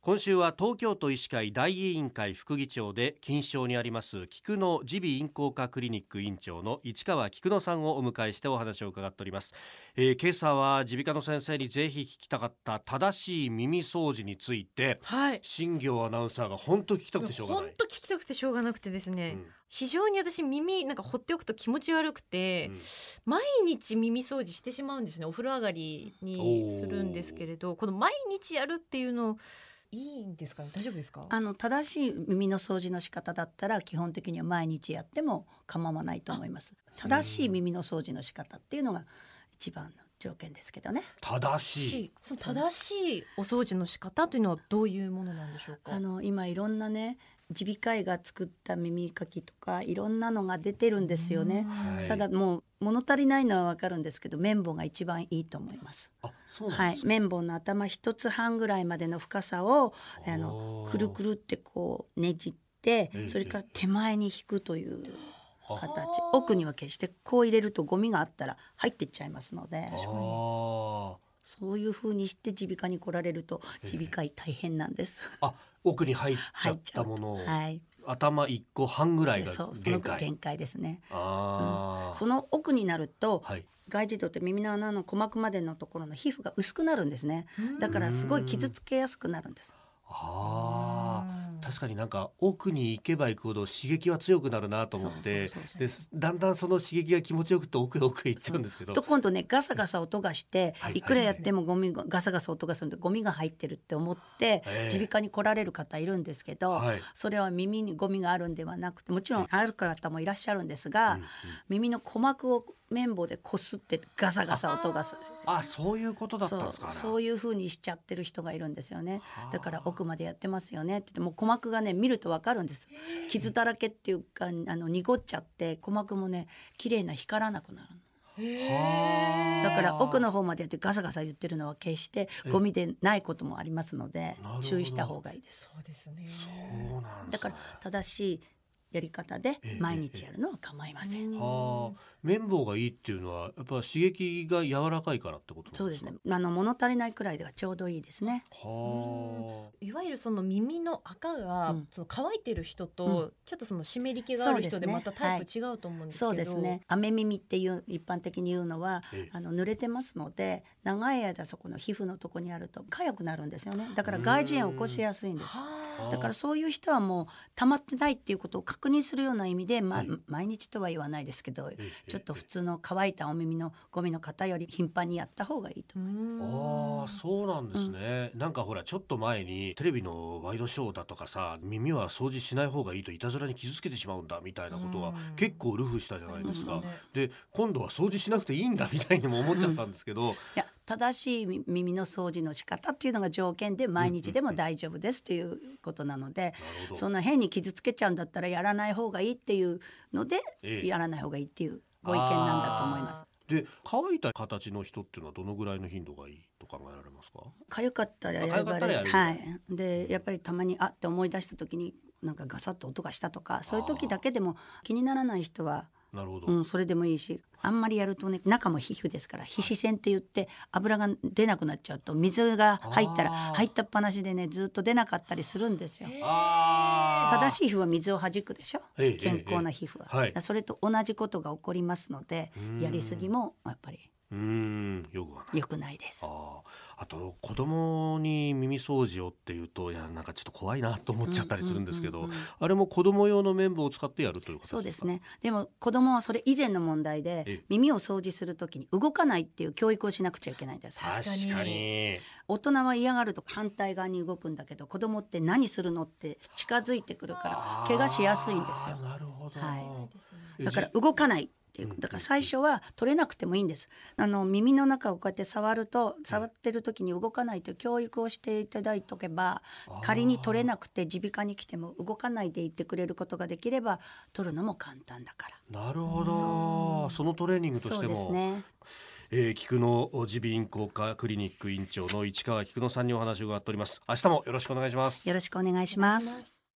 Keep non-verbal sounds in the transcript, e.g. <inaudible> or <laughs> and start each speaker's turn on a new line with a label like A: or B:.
A: 今週は東京都医師会大委員会副議長で金賞にあります菊野耳鼻咽喉科クリニック院長の市川菊野さんをお迎えしてお話を伺っております、えー、今朝は耳鼻科の先生にぜひ聞きたかった正しい耳掃除について
B: はい。
A: 新業アナウンサーが本当聞きたくてしょうがな
B: 本
A: い、
B: 当聞きたくてしょうがなくてですね、
A: うん
B: 非常に私耳なんか放っておくと気持ち悪くて、
A: うん
B: 毎日耳掃除してしまうんですねお風呂上がりにするんですけれどこの毎日やるっていうのいいんですかね大丈夫ですか
C: あの正しい耳の掃除の仕方だったら基本的には毎日やっても構わないと思います正しい耳の掃除の仕方っていうのが一番の条件ですけどね
A: 正しい
B: しその正しいお掃除の仕方というのはどういうものなんでしょうか
C: あの今いろんなね耳鼻科医が作った耳かきとかいろんなのが出てるんですよね
A: はい
C: ただもう物足りないのはわかるんですけど綿棒が一番いいと思います
A: あそうな
C: は
A: んで
C: い
A: すか、
C: 綿棒の頭一つ半ぐらいまでの深さをあの
A: あー
C: くるくるってこうねじって
A: ええ
C: それから手前に引くという
A: あ
C: 形
B: あ
C: 奥には決してこう入れるとゴミがあったら入っていっちゃいますので
A: あ
B: 確かに
A: ー
C: そういう風にして耳鼻科に来られると
A: ええ
C: 耳鼻科医大変なん
A: <laughs>
C: です。
A: あ奥に入っちゃ
C: 入
A: っ
C: っちゃ
A: た
C: うと
A: ものを、
C: はい、
A: 頭一個半ぐらい
C: で
A: が
C: そうそ
A: 限
C: の分
A: 界
C: 限界ですね。
A: ああ、
C: その奥になると
A: はい
C: 外耳道って耳の穴の鼓膜までのところの皮膚が薄くなるんですね。だからすごい傷つけやすくなるんです。
A: ああ
B: うん
A: 確かになんか奥に行けば行くほど刺激は強くなるなと思って
C: そうそうそう
A: ですだんだんその刺激が気持ちよくて奥へ奥へ行っちゃうんですけど
C: と今度ねガサガサ音がして
A: はい
C: いくらやってもゴミがガサガサ音がするんでゴミが入ってるって思って
A: ええ
C: 耳鼻科に来られる方いるんですけど、
A: はい
C: それは耳にゴミがあるんではなくてもちろんある方もいらっしゃるんですが、
A: うんうん
C: 耳の鼓膜を綿棒でこすってガサガサ音がする
A: あそういうことだったん
C: そ
A: で
C: う
A: すかね
C: そういう風にしちゃってる人がいるんですよね
A: はあ
C: だから奥までやってますよねって言ってもう鼓膜がね見るとわかるんです傷だらけっていうかあの濁っちゃって鼓膜もね綺麗な光らなくなる
A: はあ
C: だから奥の方までやってガサガサ言ってるのは決してゴミでないこともありますので
A: ほど
C: 注意した方がいいです
B: そうですね
A: そうなんで
C: だ
A: すね
C: から正しいやり方で
A: ええ
C: 毎日やるのは構いません
A: はあ綿棒がいいっていうのはやっぱ刺激が柔らかいからってことなんか
C: そうですねあの物足りないくらいではちょうどいいですね
A: はあ
B: いわゆるその耳の赤が、
C: うん
B: その乾いてる人と、
C: うん
B: ちょっとその湿り気がある
C: そ
B: 人
C: う
B: で
C: ですね
B: またタイプ違うと思うんですけど、
C: そうですね雨耳っていう一般的に言うのは
A: ええ
C: あの濡れてますので長い間そこの皮膚のとこにあると痒くなるんですよねだから外耳炎を起こしやすいんです
B: は
C: だからそういう人はもう溜まってないっていうことを確認するような意味で、ま
A: ええ
C: 毎日とは言わないですけど
A: ええ
C: ちょっと普通の乾いたお耳のゴミの方より頻繁にやった方がいい
B: あ
C: と
B: う
C: 思います。
B: ん
A: ああそうなんですね、なんかほらちょっと前にテレビのワイドショーだとかさ耳は掃除しない方がいいといたずらに傷つけてしまうんだみたいなことは
B: うん
A: 結構ルフしたじゃないですか、
B: ありま
A: で今度は掃除しなくていいんだみたいにも思っちゃったんですけど、
C: いや正しい耳耳の掃除の仕方っていうのが条件で毎日でも大丈夫ですということなので、
A: なるほど
C: そんな変に傷つけちゃうんだったらやらない方がいいっていうので、
A: ええ
C: やらない方がいいっていうご意見なんだと思います。
A: で乾いた形の人っていうのはどのぐらいの頻度がいいと考えられますか
C: 痒かったらやれば
A: あ痒かったらやる
C: はい。でやっぱりたまにあって思い出した時になんかガサッと音がしたとかそういう時だけでも気にならない人は
A: なるほど、
C: うん、それでもいいしあんまりやるとね中も皮膚ですから皮脂腺って言って油が出なくなっちゃうと水が入ったら
A: あー
C: 入ったっぱなしでねずっと出なかったりするんですよ。
A: ああ
C: 正しい皮膚は水を弾くでしょ
A: ええ
C: 健康な皮膚は、
A: ええはい
C: それと同じことが起こりますので
A: うん
C: やりすぎもやっぱり
A: うーんよくはない
C: 良くないです。
A: あーあと子供に耳掃除をっていうといやなんかちょっと怖いなと思っちゃったりするんですけど、
C: うんうんうんうん
A: あれも子供用の綿棒を使ってやるということ
C: そうですねでも子供はそれ以前の問題
A: え
C: で
A: え
C: 耳を掃除するときに動かないっていう教育をしなくちゃいけないんです。
A: 確かに
B: 確か
C: 大人は嫌がると反対側に動くんだけど子供って何するのって近づいてくるから怪我しやすいんですよ
A: あーなるほど、
C: は
A: え
C: だから動かないっていうだから最初は取れなくてもいいんですあの耳の中をこうやって触ると触ってる時に動かないという教育をしていただいとけば
A: あー
C: 仮に取れなくて耳鼻科に来ても動かないで言ってくれることができれば取るのも簡単だから
A: なるほどそのトレーニングとし
C: そう
A: て
C: です
A: も、
C: ね
A: えー菊野耳鼻咽喉科クリニック院長の市川菊野さんにお話を伺っております明日もよろしくお願いします
C: よろしくお願いします